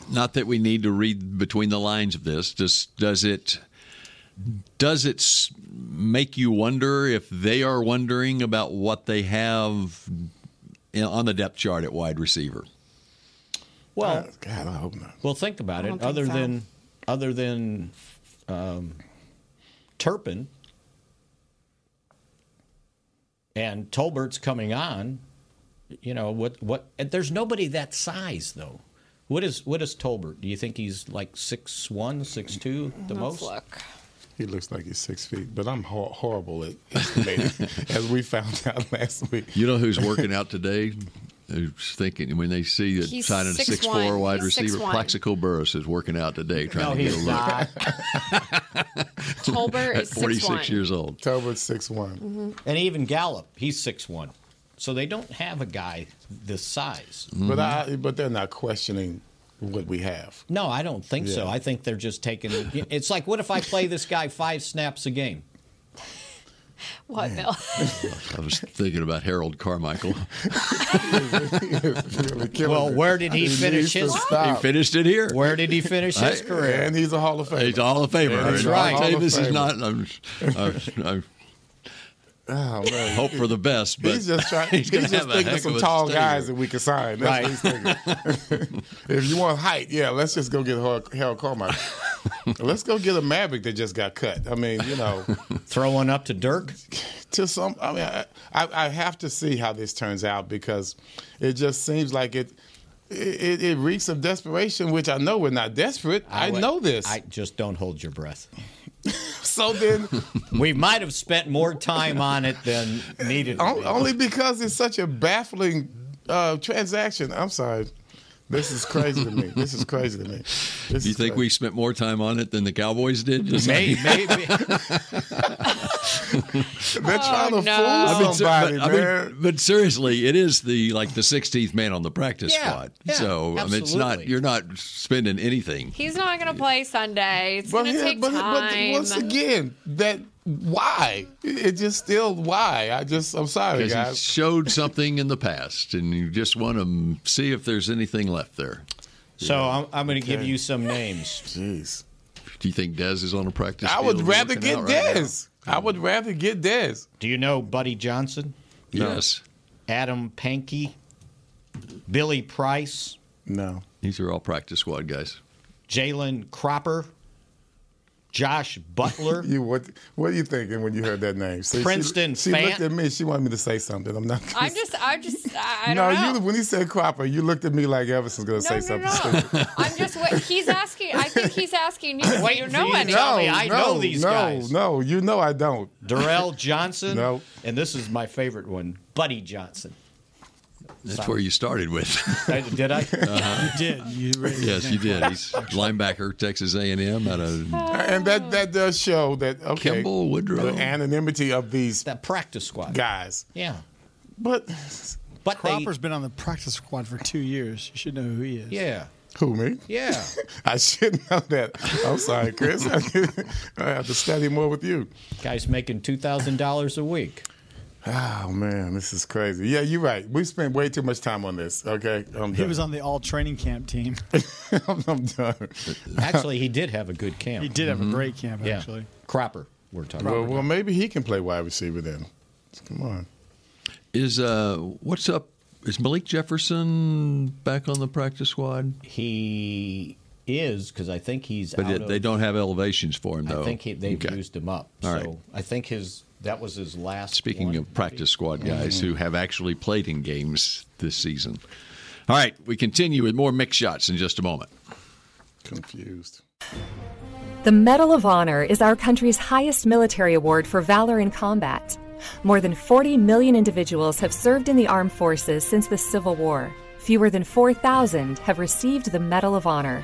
Speaker 1: not that we need to read between the lines of this. Does does it does it s- make you wonder if they are wondering about what they have in, on the depth chart at wide receiver?
Speaker 2: Well,
Speaker 4: God, I hope not.
Speaker 2: Well, think about
Speaker 4: I
Speaker 2: it.
Speaker 4: don't think
Speaker 2: Other
Speaker 4: so.
Speaker 2: than other than um, Turpin and Tolbert's coming on, you know what? What? And there's nobody that size though. What is what is Tolbert? Do you think he's like six one, six two, the most?
Speaker 4: He looks like he's six feet, but I'm hor- horrible at estimating, as we found out last week.
Speaker 1: You know who's working out today? Who's thinking when they see that
Speaker 4: He's
Speaker 1: signing a six
Speaker 4: 6'1".
Speaker 1: four wide
Speaker 4: He's
Speaker 1: receiver?
Speaker 3: 6'1".
Speaker 1: Plaxico Burris is working out today, trying
Speaker 2: No,
Speaker 1: to get a
Speaker 2: he's
Speaker 1: look.
Speaker 2: not.
Speaker 3: Tolbert
Speaker 1: at
Speaker 3: is
Speaker 1: 46
Speaker 3: 6'1".
Speaker 1: years old.
Speaker 4: Tolbert's six one.
Speaker 2: And even Gallup, he's six one. So they don't have a guy this size.
Speaker 4: But
Speaker 1: Mm-hmm.
Speaker 4: I, but they're not questioning what we have.
Speaker 2: No, I don't think so.
Speaker 4: Yeah.
Speaker 2: I think they're just taking. It's like, what if I play this guy five snaps a game?
Speaker 3: what Bill?
Speaker 1: I was thinking about Harold Carmichael.
Speaker 2: Well, where did he finish his?
Speaker 4: Oh.
Speaker 1: He finished it here.
Speaker 2: Where did he finish his
Speaker 1: I-
Speaker 2: career?
Speaker 4: And he's a Hall of Famer.
Speaker 1: He's a Hall of Famer.
Speaker 2: That's
Speaker 1: And
Speaker 2: right.
Speaker 1: Davis
Speaker 2: Hall of
Speaker 1: is
Speaker 2: Famer.
Speaker 1: not. I'm, I,
Speaker 4: Oh,
Speaker 1: I
Speaker 4: man.
Speaker 1: hope for the best, but
Speaker 4: he's just trying.
Speaker 1: he's
Speaker 4: He's,
Speaker 1: gonna
Speaker 4: just
Speaker 1: have a
Speaker 4: thinking
Speaker 1: heck
Speaker 4: of
Speaker 1: of
Speaker 4: some
Speaker 1: a
Speaker 4: tall
Speaker 1: stay
Speaker 4: guys
Speaker 1: here.
Speaker 4: that we can sign. That's
Speaker 1: Right.
Speaker 4: what he's thinking. if you want height, yeah, let's just go get Har- Harold Carmichael. let's go get a Maverick that just got cut. I mean, you know,
Speaker 2: throw one up to Dirk.
Speaker 4: To some, I mean, I, I, I have to see how this turns out because it just seems like it. It, it reeks of desperation, which I know we're not desperate. I,
Speaker 2: would-
Speaker 4: know this.
Speaker 2: I just don't hold your breath.
Speaker 4: so then,
Speaker 2: We might have spent more time on it than needed.
Speaker 4: On- only because it's such a baffling uh, transaction. I'm sorry. This is crazy to me. This is crazy to me. This
Speaker 1: Do you
Speaker 4: is
Speaker 1: think
Speaker 4: crazy.
Speaker 1: we spent more time on it than the Cowboys did? Just-
Speaker 2: Maybe. maybe.
Speaker 4: They're trying
Speaker 3: Oh,
Speaker 4: to
Speaker 1: I
Speaker 4: fool
Speaker 1: mean, ser-
Speaker 4: somebody,
Speaker 1: but, I
Speaker 4: man.
Speaker 1: mean, but seriously, it is the like the 16th man on the practice
Speaker 3: Yeah,
Speaker 1: squad.
Speaker 3: yeah,
Speaker 1: so I mean, it's not
Speaker 3: absolutely.
Speaker 1: you're not spending anything.
Speaker 3: He's not gonna play Sunday. It's gonna
Speaker 4: here-
Speaker 3: take
Speaker 4: but, but
Speaker 3: time.
Speaker 4: once again, that why? It it just still why? I just I'm sorry,
Speaker 1: Because he
Speaker 4: guys.
Speaker 1: showed something in the past, and you just want to see if there's anything left there.
Speaker 2: So I'm, I'm going to give you some names.
Speaker 4: Jeez.
Speaker 1: Do you think Dez is on a practice?
Speaker 4: I would
Speaker 1: field
Speaker 4: rather
Speaker 1: working
Speaker 4: get
Speaker 1: out right now?
Speaker 4: Dez. I would rather get Dez.
Speaker 2: Do you know Buddy Johnson?
Speaker 4: No.
Speaker 1: Yes,
Speaker 2: Adam Pankey, Billy Price,
Speaker 4: No,
Speaker 1: these are all practice squad guys.
Speaker 2: Jalen Cropper, Josh Butler.
Speaker 4: You what? What are you thinking when you heard that name? See, she-
Speaker 2: Princeton
Speaker 4: She,
Speaker 2: Fant.
Speaker 4: looked at me. She wanted me to say something. I'm not.
Speaker 3: I'm just I just I, I
Speaker 4: no,
Speaker 3: don't know.
Speaker 4: you when he said Cropper, you looked at me like Everson's gonna say something. stupid.
Speaker 3: I'm just what he's asking. I think he's asking you. do you
Speaker 2: for
Speaker 3: know
Speaker 2: you to
Speaker 3: any?
Speaker 2: tell me. I know these
Speaker 4: no,
Speaker 2: guys.
Speaker 4: No, you know I don't.
Speaker 2: Darrell Johnson.
Speaker 4: No.
Speaker 2: And this is my favorite one, Buddy Johnson.
Speaker 1: That's
Speaker 2: Sorry.
Speaker 1: where you started with.
Speaker 2: I- Did I?
Speaker 1: Uh-huh.
Speaker 2: did. You
Speaker 1: yes, you did. He's linebacker, Texas A&M out of
Speaker 4: And that
Speaker 2: Oh.
Speaker 4: that does show that okay,
Speaker 1: Kimball, Woodrow.
Speaker 4: the anonymity of these
Speaker 2: that practice squad
Speaker 4: guys.
Speaker 2: Yeah.
Speaker 4: But
Speaker 2: But
Speaker 8: Cropper's
Speaker 2: they,
Speaker 8: been on the practice squad for two years. You should know who he is.
Speaker 2: yeah.
Speaker 4: Who me?
Speaker 2: Yeah.
Speaker 4: I should know that. I'm sorry, Chris. I have to study more with you.
Speaker 2: Guy's making $2,000 a week.
Speaker 4: Oh man, this is crazy. Yeah, you're right. We spent way too much time on this. Okay, I'm
Speaker 8: He
Speaker 4: done.
Speaker 8: was on the all training camp team.
Speaker 4: I'm, I'm done.
Speaker 2: Actually, he did have a good camp.
Speaker 8: He did have a great camp,
Speaker 2: Yeah.
Speaker 8: actually.
Speaker 2: Cropper, we're talking
Speaker 4: well,
Speaker 2: about.
Speaker 4: well, maybe he can play wide receiver then. Come on.
Speaker 1: Is uh, what's up? Is Malik Jefferson back on the practice squad?
Speaker 2: He is because I think he's.
Speaker 1: But
Speaker 2: out
Speaker 1: it-
Speaker 2: of-
Speaker 1: they don't have elevations for him, though.
Speaker 2: I think he, they've
Speaker 1: Okay.
Speaker 2: used him up.
Speaker 1: All right.
Speaker 2: so I think his that was his last.
Speaker 1: Speaking
Speaker 2: one.
Speaker 1: of practice squad guys
Speaker 2: Mhm.
Speaker 1: who have actually played in games this season. All right, we continue with more mix shots in just a moment.
Speaker 4: Confused.
Speaker 5: The Medal of Honor is our country's highest military award for valor in combat. More than 40 million individuals have served in the armed forces since the Civil War. Fewer than 4,000 have received the Medal of Honor.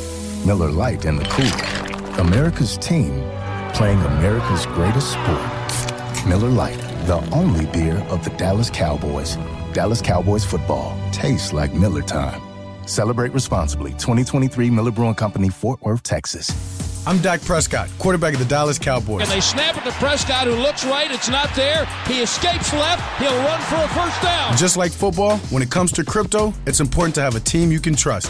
Speaker 6: Miller Lite in the cooler. America's team playing America's greatest sport. Miller Lite, the only beer of the Dallas Cowboys. Dallas Cowboys football tastes like Miller time. Celebrate responsibly. 2023 Miller Brewing Company, Fort Worth, Texas.
Speaker 9: I'm Dak Prescott, quarterback of the Dallas Cowboys.
Speaker 10: And they snap it to Prescott, who looks right. It's not there. He escapes left. He'll run for a first down.
Speaker 9: Just like football, when it comes to crypto, it's important to have a team you can trust.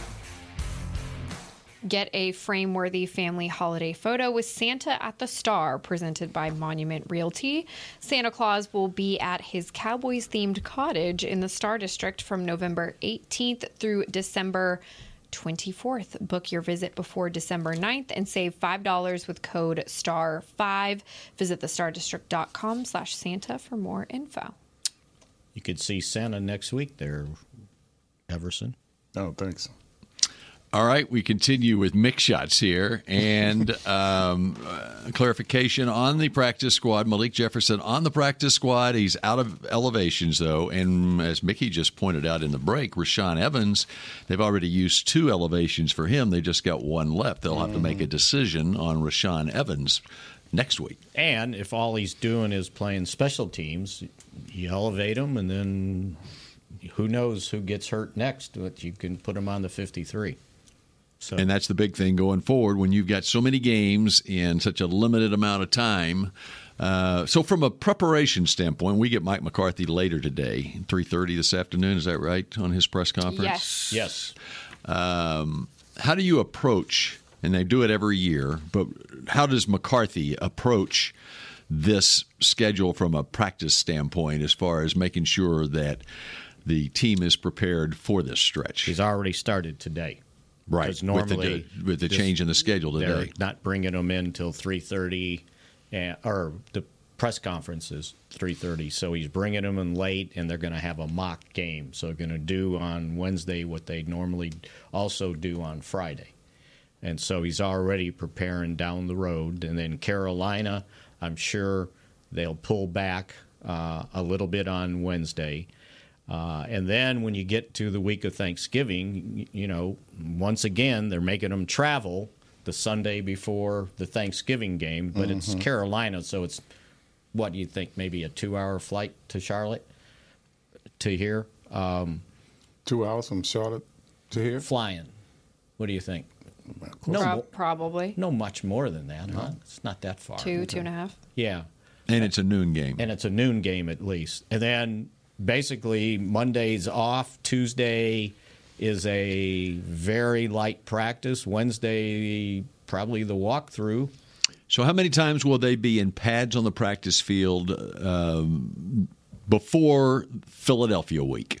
Speaker 3: Get a frame-worthy family holiday photo with Santa at the Star, presented by Monument Realty. Santa Claus will be at his Cowboys-themed cottage in the Star District from November 18th through December 24th. Book your visit before December 9th and save $5 with code STAR5. Visit thestardistrict.com slash Santa for more info.
Speaker 2: you could see Santa next week there, Everson.
Speaker 4: Oh, thanks.
Speaker 1: All right, we continue with mix shots here and um, uh, clarification on the practice squad. Malik Jefferson on the practice squad. He's out of elevations though, and as Mickey just pointed out in the break, Rashawn Evans. They've already used two elevations for him. They just got one left. They'll have to make a decision on Rashawn Evans next week.
Speaker 2: And if all he's doing is playing special teams, you elevate him, and then who knows who gets hurt next? But you can put him on the fifty-three. So
Speaker 1: And that's the big thing going forward when you've got so many games in such a limited amount of time. Uh, so from a preparation standpoint, we get Mike McCarthy later today, 3:30 this afternoon, is that right, on his press conference?
Speaker 3: Yes.
Speaker 2: Yes.
Speaker 1: Um, how do you approach and they do it every year, but how does McCarthy approach this schedule from a practice standpoint as far as making sure that the team is prepared for this stretch? He's
Speaker 2: already started today.
Speaker 1: Right.
Speaker 2: Because normally
Speaker 1: with the, with the
Speaker 2: this-
Speaker 1: change in the schedule
Speaker 2: they're
Speaker 1: today.
Speaker 2: not bringing them in till three thirty, eh, or the press conference is three thirty. So he's bringing them in late, and they're going to have a mock game. So they're going to do on Wednesday what they normally also do on Friday, and so he's already preparing down the road. And then Carolina, I'm sure they'll pull back uh, a little bit on Wednesday. Uh, and then when you get to the week of Thanksgiving, y- you know, once again, they're making them travel the Sunday before the Thanksgiving game, but it's
Speaker 11: Mhm.
Speaker 2: Carolina, so it's what you think, maybe a two hour flight to Charlotte to here? Um,
Speaker 4: Two hours from Charlotte to here?
Speaker 2: Flying. What do you think? No,
Speaker 3: Prob-
Speaker 2: mo-
Speaker 3: probably
Speaker 2: no much more than that. Huh? It's not that far.
Speaker 3: two, two and a half.
Speaker 2: Yeah.
Speaker 1: And it's a noon game.
Speaker 2: And it's a noon game at least. And then basically Monday's off. Tuesday is a very light practice. Wednesday probably the walkthrough.
Speaker 1: So, how many times will they be in pads on the practice field um, before Philadelphia week?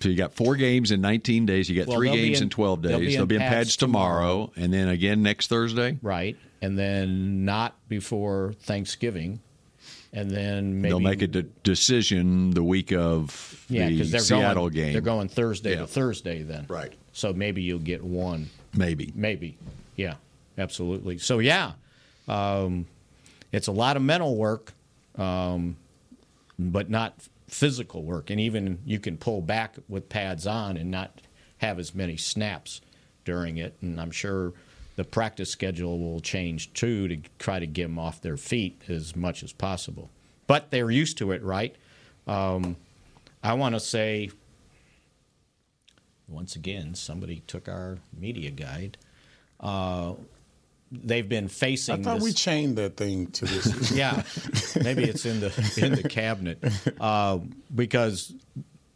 Speaker 1: So you got four games in 19 days. You got
Speaker 2: Well,
Speaker 1: three
Speaker 2: they'll be
Speaker 1: games in,
Speaker 2: in-
Speaker 1: 12 days.
Speaker 2: they'll be in pads
Speaker 1: tomorrow, and then again next Thursday.
Speaker 2: Right. And then not before Thanksgiving. And then maybe
Speaker 1: They'll make a de- decision the week of
Speaker 2: yeah,
Speaker 1: the
Speaker 2: because they're
Speaker 1: Seattle
Speaker 2: going,
Speaker 1: game.
Speaker 2: They're going Thursday
Speaker 1: Yeah.
Speaker 2: to Thursday then. Right. So maybe you'll get one.
Speaker 1: Maybe.
Speaker 2: Maybe. Yeah. Absolutely. So yeah, um, it's a lot of mental work, um, but not physical work. And even you can pull back with pads on and not have as many snaps during it. And I'm sure the practice schedule will change too to try to get them off their feet as much as possible. But they're used to it, right? Um, I want to say, once again, somebody took our media guide. Uh, they've been facing.
Speaker 4: I thought
Speaker 2: this-
Speaker 4: we chained that thing to this.
Speaker 2: yeah, maybe it's in the in the cabinet uh, because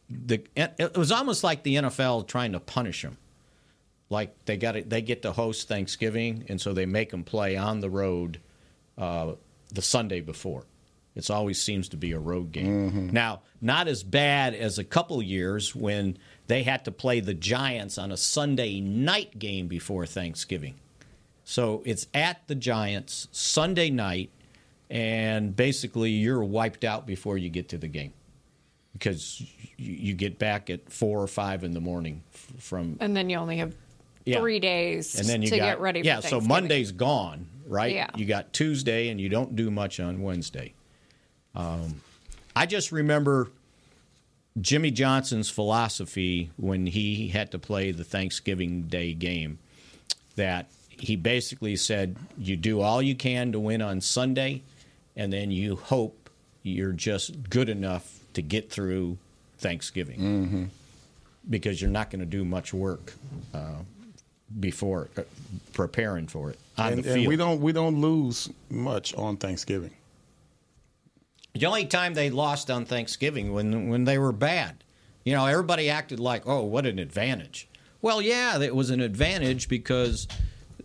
Speaker 2: the it it was almost like the NFL trying to punish them. Like they got it, they get to host Thanksgiving, and so they make them play on the road uh, the Sunday before. It always seems to be a road game. Now, not as bad as a couple years when they had to play the Giants on a Sunday night game before Thanksgiving. So it's at the Giants Sunday night, and basically you're wiped out before you get to the game because you, you get back at four or five in the morning f- from
Speaker 3: And then you only have
Speaker 2: Yeah.
Speaker 3: three days
Speaker 2: and then you
Speaker 3: to
Speaker 2: got,
Speaker 3: get ready.
Speaker 2: Yeah,
Speaker 3: for
Speaker 2: so
Speaker 3: Thanksgiving.
Speaker 2: Monday's gone, right?
Speaker 3: Yeah.
Speaker 2: You got Tuesday, and you don't do much on Wednesday. Um, I just remember Jimmy Johnson's philosophy when he had to play the Thanksgiving Day game that he basically said you do all you can to win on Sunday, and then you hope you're just good enough to get through Thanksgiving
Speaker 4: Mm-hmm.
Speaker 2: because you're not going to do much work uh, before uh, preparing for it on
Speaker 4: and,
Speaker 2: the field.
Speaker 4: and we don't we don't lose much on Thanksgiving.
Speaker 2: The only time they lost on Thanksgiving when when they were bad. You know, everybody acted like, "Oh, what an advantage." Well, yeah, it was an advantage because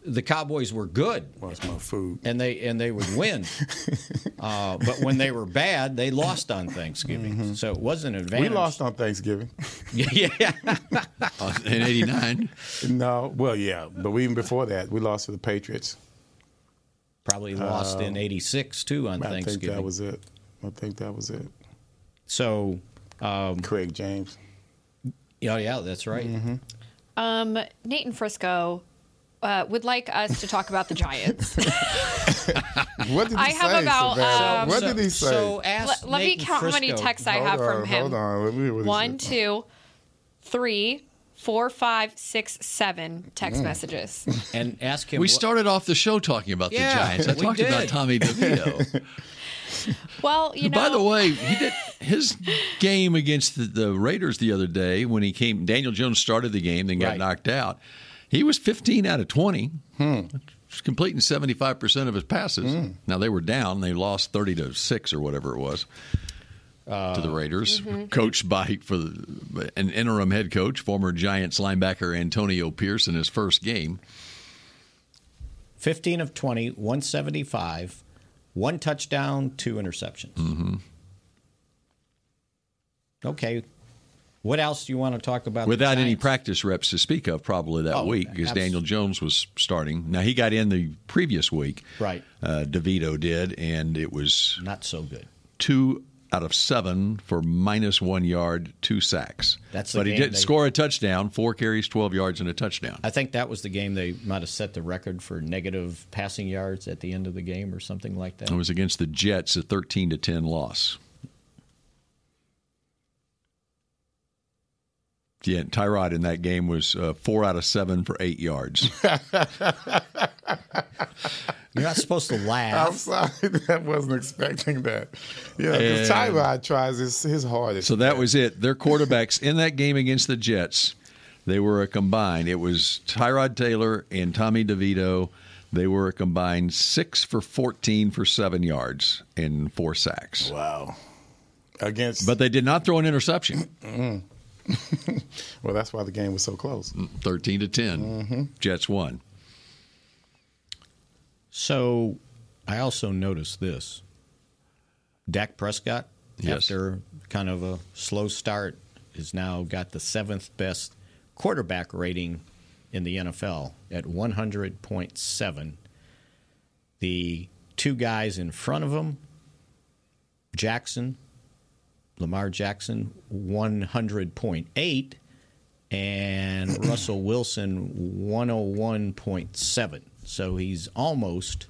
Speaker 2: the Cowboys were good.
Speaker 4: Where's my food?
Speaker 2: And they and they would win. uh, but when they were bad, they lost on Thanksgiving. So it was an advantage.
Speaker 4: Mm-hmm. We lost on Thanksgiving.
Speaker 2: yeah.
Speaker 1: in '89.
Speaker 4: No, well, yeah, but even before that, we lost to the Patriots.
Speaker 2: Probably lost in '86 too on
Speaker 4: Uh, I think
Speaker 2: Thanksgiving.
Speaker 4: that was it. I think that was it.
Speaker 2: So, um,
Speaker 4: Craig James.
Speaker 2: Yeah, yeah, that's right.
Speaker 4: Mm-hmm.
Speaker 3: Um, Nate and Frisco uh, would like us to talk about the Giants.
Speaker 4: What did he
Speaker 3: I
Speaker 4: say?
Speaker 3: have about,
Speaker 4: Savannah?
Speaker 3: um,
Speaker 4: what did he say?
Speaker 3: so- so ask Let- let me Nate and count how many Frisco. texts I
Speaker 4: Hold
Speaker 3: have from
Speaker 4: on,
Speaker 3: him.
Speaker 4: Hold on. Let me, what is
Speaker 3: One,
Speaker 4: it?
Speaker 3: two, three, four, five, six, seven text
Speaker 1: Mm.
Speaker 3: messages.
Speaker 2: And ask him.
Speaker 1: We
Speaker 2: what-
Speaker 1: started off the show talking about
Speaker 3: Yeah,
Speaker 1: the Giants. I
Speaker 2: we
Speaker 1: talked about
Speaker 2: did.
Speaker 1: Tommy DeVito.
Speaker 3: Well, you know.
Speaker 1: By the way, he did his game against the, the Raiders the other day when he came. Daniel Jones started the game, then got
Speaker 2: Right.
Speaker 1: knocked out. He was 15 out of 20, He's completing 75 percent of his passes. Now they were down; they lost 30 to six or whatever it was to the Raiders,
Speaker 11: Mhm.
Speaker 1: coached by for the, an interim head coach, former Giants linebacker Antonio Pierce in his first game.
Speaker 2: 15 of 20, 175, one touchdown, two interceptions.
Speaker 4: Mm-hmm.
Speaker 1: hmm
Speaker 2: Okay. What else do you want to talk about? the
Speaker 1: without any
Speaker 2: Giants?
Speaker 1: practice reps to speak of probably that
Speaker 2: Oh,
Speaker 1: week because
Speaker 2: abs-
Speaker 1: Daniel Jones was starting. Now he got in the previous week,
Speaker 2: Right.
Speaker 1: Uh, Devito did, and it was
Speaker 2: not so good.
Speaker 1: Two out of seven for minus one yard, two sacks.
Speaker 2: That's the
Speaker 1: but he
Speaker 2: game
Speaker 1: did
Speaker 2: they-
Speaker 1: score a touchdown, four carries, twelve yards, and a touchdown.
Speaker 2: I think that was the game they might have set the record for negative passing yards at the end of the game or something like that.
Speaker 1: It was against the Jets, a thirteen to ten loss. Yeah, Tyrod in that game was uh, four out of seven for eight yards.
Speaker 2: You're not supposed to laugh.
Speaker 4: I'm sorry. I wasn't expecting that. Yeah, because
Speaker 1: And-
Speaker 4: Tyrod tries his, his hardest.
Speaker 1: So that was it. Their quarterbacks in that game against the Jets They were a combined. It was Tyrod Taylor and Tommy DeVito. They were a combined six for 14 for seven yards and four sacks.
Speaker 4: Wow. Against.
Speaker 1: But they did not throw an interception.
Speaker 4: well, that's why the game was so close.
Speaker 2: Mm.
Speaker 1: 13 to 10. Jets won.
Speaker 2: So I also noticed this. Dak Prescott,
Speaker 1: Yes.
Speaker 2: after kind of a slow start, has now got the seventh best quarterback rating in the NFL at 100.7. The two guys in front of him, Jackson, Lamar Jackson, 100.8, and Russell Wilson, 101.7. So he's almost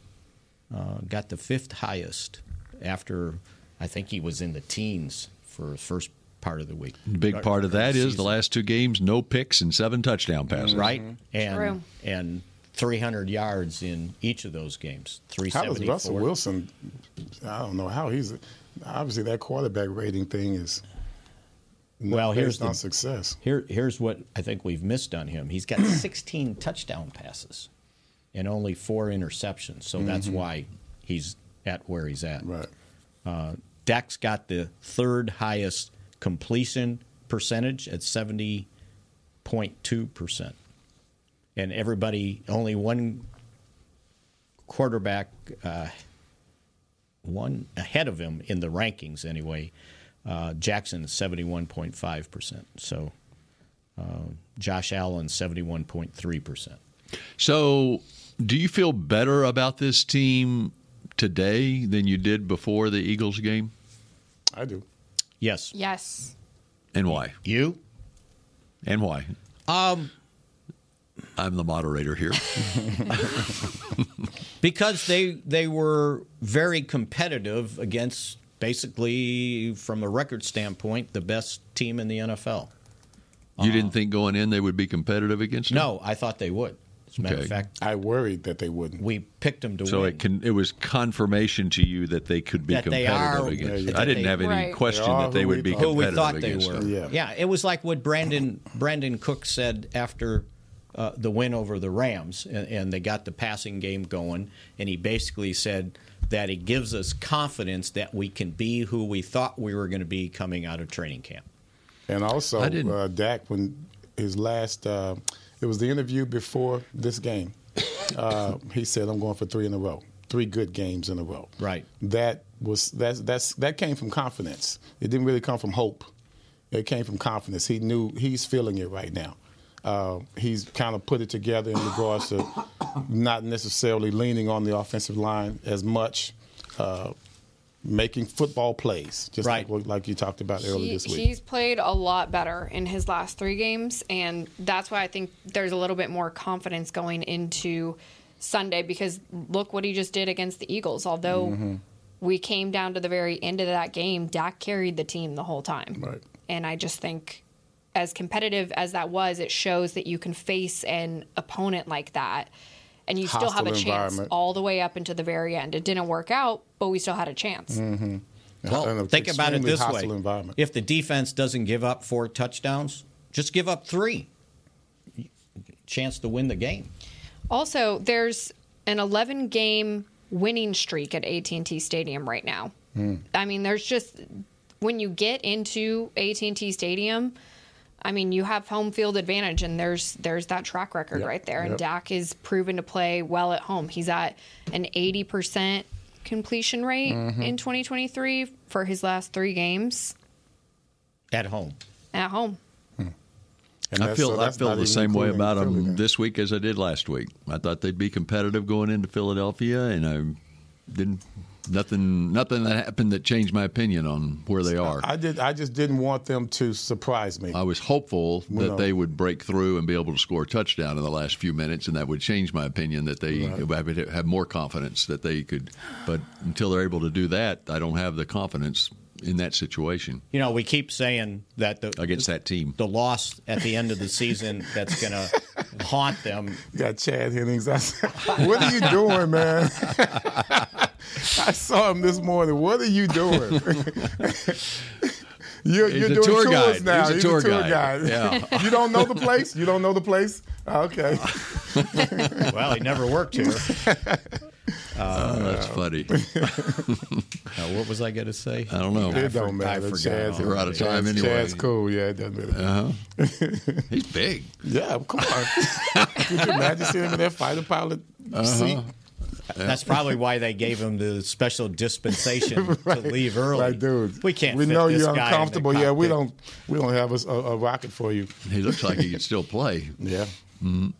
Speaker 2: uh, got the fifth highest after I think he was in the teens for the first part of the week.
Speaker 4: Mm-hmm.
Speaker 1: The big part of that is the
Speaker 2: Season.
Speaker 1: last two games, no picks and seven touchdown passes.
Speaker 2: Right? And,
Speaker 3: True.
Speaker 2: and 300 yards in each of those games.
Speaker 4: How does
Speaker 2: 374.
Speaker 4: Russell Wilson? I don't know how he's. Obviously, that quarterback rating thing is. not
Speaker 2: Well, here's
Speaker 4: based on
Speaker 2: the-
Speaker 4: success.
Speaker 2: Here, here's what I think we've missed on him. He's got 16 touchdown passes and only four interceptions, so that's
Speaker 4: Mhm.
Speaker 2: why he's at where he's at.
Speaker 4: Right.
Speaker 2: Uh, Dak's got the third highest completion percentage at 70.2 percent, and everybody only one quarterback uh, one ahead of him in the rankings anyway. Uh, Jackson seventy one point five percent. So uh, Josh Allen seventy one point three percent.
Speaker 1: So, do you feel better about this team today than you did before the Eagles game?
Speaker 4: I do.
Speaker 2: Yes.
Speaker 3: Yes.
Speaker 1: And why?
Speaker 2: You?
Speaker 1: And why?
Speaker 2: Um,
Speaker 1: I'm the moderator here.
Speaker 2: because they they were very competitive against basically from a record standpoint the best team in the NFL.
Speaker 1: you didn't think going in they would be competitive against them?
Speaker 2: No, I thought they would. As a matter
Speaker 1: Okay.
Speaker 2: of fact,
Speaker 4: I worried that they wouldn't.
Speaker 2: We picked them to
Speaker 1: So
Speaker 2: win.
Speaker 1: it can, it was confirmation to you that they could be
Speaker 2: That they
Speaker 1: competitive
Speaker 2: are-
Speaker 1: against.
Speaker 2: that
Speaker 1: I didn't
Speaker 2: they-
Speaker 1: have any
Speaker 2: Right.
Speaker 1: question
Speaker 2: They are
Speaker 1: that they
Speaker 2: who
Speaker 1: would
Speaker 2: we
Speaker 1: be
Speaker 2: thought- who we
Speaker 1: competitive
Speaker 2: thought they
Speaker 1: against.
Speaker 2: were.
Speaker 1: them.
Speaker 2: Yeah. it was like what Brandon Brandon Cook said after uh, the win over the Rams, and, and they got the passing game going, and he basically said that it gives us confidence that we can be who we thought we were going to be coming out of training camp.
Speaker 4: And also,
Speaker 2: I didn't-
Speaker 4: uh, Dak, when his last, uh, it was the interview before this game, uh, he said, "I'm going for three in a row, three good games in a row."
Speaker 2: Right.
Speaker 4: That was that's that's that came from confidence. It didn't really come from hope. It came from confidence. He knew he's feeling it right now. Uh, he's kind of put it together in regards to not necessarily leaning on the offensive line as much, uh, making football plays, just like like, like you talked about earlier
Speaker 3: He-
Speaker 4: this week.
Speaker 3: He's played a lot better in his last three games, and that's why I think there's a little bit more confidence going into Sunday because look what he just did against the Eagles. Although we came down to the very end of that game, Dak carried the team the whole time. Right. And I just think, as competitive as that was, it shows that you can face an opponent like that. And you still have a
Speaker 4: Hostile
Speaker 3: chance
Speaker 4: environment.
Speaker 3: all the way up until the very end. It didn't work out, but we still had a chance.
Speaker 4: Mm-hmm.
Speaker 2: Well, think about it this way:
Speaker 4: environment.
Speaker 2: if the defense doesn't give up four touchdowns, just give up three. Chance to win the game.
Speaker 3: Also, there's an 11 game winning streak at AT&T Stadium right now.
Speaker 11: Hmm.
Speaker 3: I mean, there's just when you get into AT&T Stadium, I mean, you have home field advantage and there's there's that track record
Speaker 11: Yep.
Speaker 3: right there and
Speaker 11: Yep.
Speaker 3: Dak is proven to play well at home. He's at an 80% completion rate
Speaker 11: Mm-hmm.
Speaker 2: Mhm.
Speaker 3: in 2023 for his last 3 games
Speaker 2: at home.
Speaker 3: at home.
Speaker 1: I feel I feel the same way about them this week as I did last week. I thought they'd be competitive going into Philadelphia, and I didn't. Nothing nothing that happened that changed my opinion on where they are.
Speaker 4: I did. I just didn't want them to surprise me.
Speaker 1: I was hopeful
Speaker 4: Well,
Speaker 1: that
Speaker 4: no.
Speaker 1: they would break through and be able to score a touchdown in the last few minutes, and that would change my opinion that they I would have more confidence that they could. But until they're able to do that, I don't have the confidence in that situation.
Speaker 2: You know, we keep saying that the
Speaker 1: against that team,
Speaker 2: the loss at the end of the season that's going to haunt them.
Speaker 4: Got Chad Hennings. I said, "What are you doing, man?" I saw him this morning. What are you doing? You're,
Speaker 1: He's
Speaker 4: you're
Speaker 1: a
Speaker 4: doing
Speaker 1: tour
Speaker 4: tours
Speaker 1: guide.
Speaker 4: now.
Speaker 1: He's a tour guide.
Speaker 4: guide.
Speaker 1: Yeah.
Speaker 4: you don't know the place. You don't know the place. Okay.
Speaker 2: well, he never worked here.
Speaker 1: Oh, that's funny.
Speaker 2: Uh, what was I going to say?
Speaker 1: I don't know.
Speaker 2: I
Speaker 4: It
Speaker 2: for-
Speaker 4: don't matter.
Speaker 2: I forgot.
Speaker 4: Chad's-
Speaker 1: We're out of time anyway.
Speaker 4: Chad's cool. Yeah, it doesn't matter.
Speaker 1: Uh-huh. He's big.
Speaker 4: Yeah, come on. Could you imagine seeing him in that fighter pilot
Speaker 1: Uh-huh.
Speaker 4: seat?
Speaker 2: That's probably why they gave him the special dispensation
Speaker 4: Right.
Speaker 2: to leave early.
Speaker 4: Like, dude,
Speaker 2: we can't.
Speaker 4: We
Speaker 2: fit
Speaker 4: know
Speaker 2: this
Speaker 4: you're
Speaker 2: guy in the
Speaker 4: uncomfortable. Yeah, we
Speaker 2: cockpit.
Speaker 4: don't. We don't have a, a, a rocket for you.
Speaker 1: He looks like he can still play.
Speaker 4: Yeah.
Speaker 1: Mhm.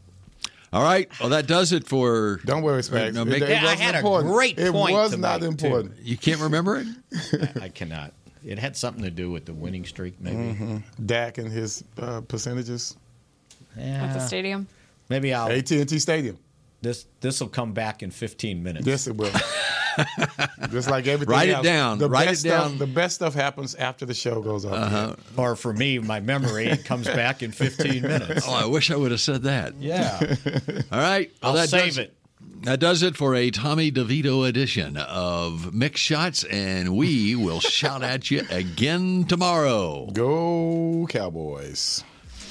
Speaker 1: All right. Well, that does it for. Don't
Speaker 4: worry,
Speaker 1: Spags.
Speaker 4: It- it Yeah, I wasn't had a important. great It point was to not make, too. important.
Speaker 1: You can't remember it?
Speaker 2: I cannot. It had something to do with the winning streak, maybe.
Speaker 4: Mhm. Dak and his uh, percentages.
Speaker 3: At the stadium.
Speaker 2: Maybe I'll
Speaker 4: AT&T Stadium.
Speaker 2: This this will come back in 15 minutes.
Speaker 4: Yes, it will. Just like everything.
Speaker 2: Write it
Speaker 4: else.
Speaker 2: down. Write
Speaker 4: best
Speaker 2: it
Speaker 4: Stuff,
Speaker 2: down.
Speaker 4: the best stuff happens after the show goes up.
Speaker 2: Or for me, my memory it comes back in 15 minutes.
Speaker 1: Oh, I wish I would have said that.
Speaker 2: Yeah.
Speaker 1: All right.
Speaker 2: I'll save
Speaker 1: does,
Speaker 2: it.
Speaker 1: That does it for a Tommy DeVito edition of Mix Shots, and we will shout at you again tomorrow.
Speaker 4: Go Cowboys.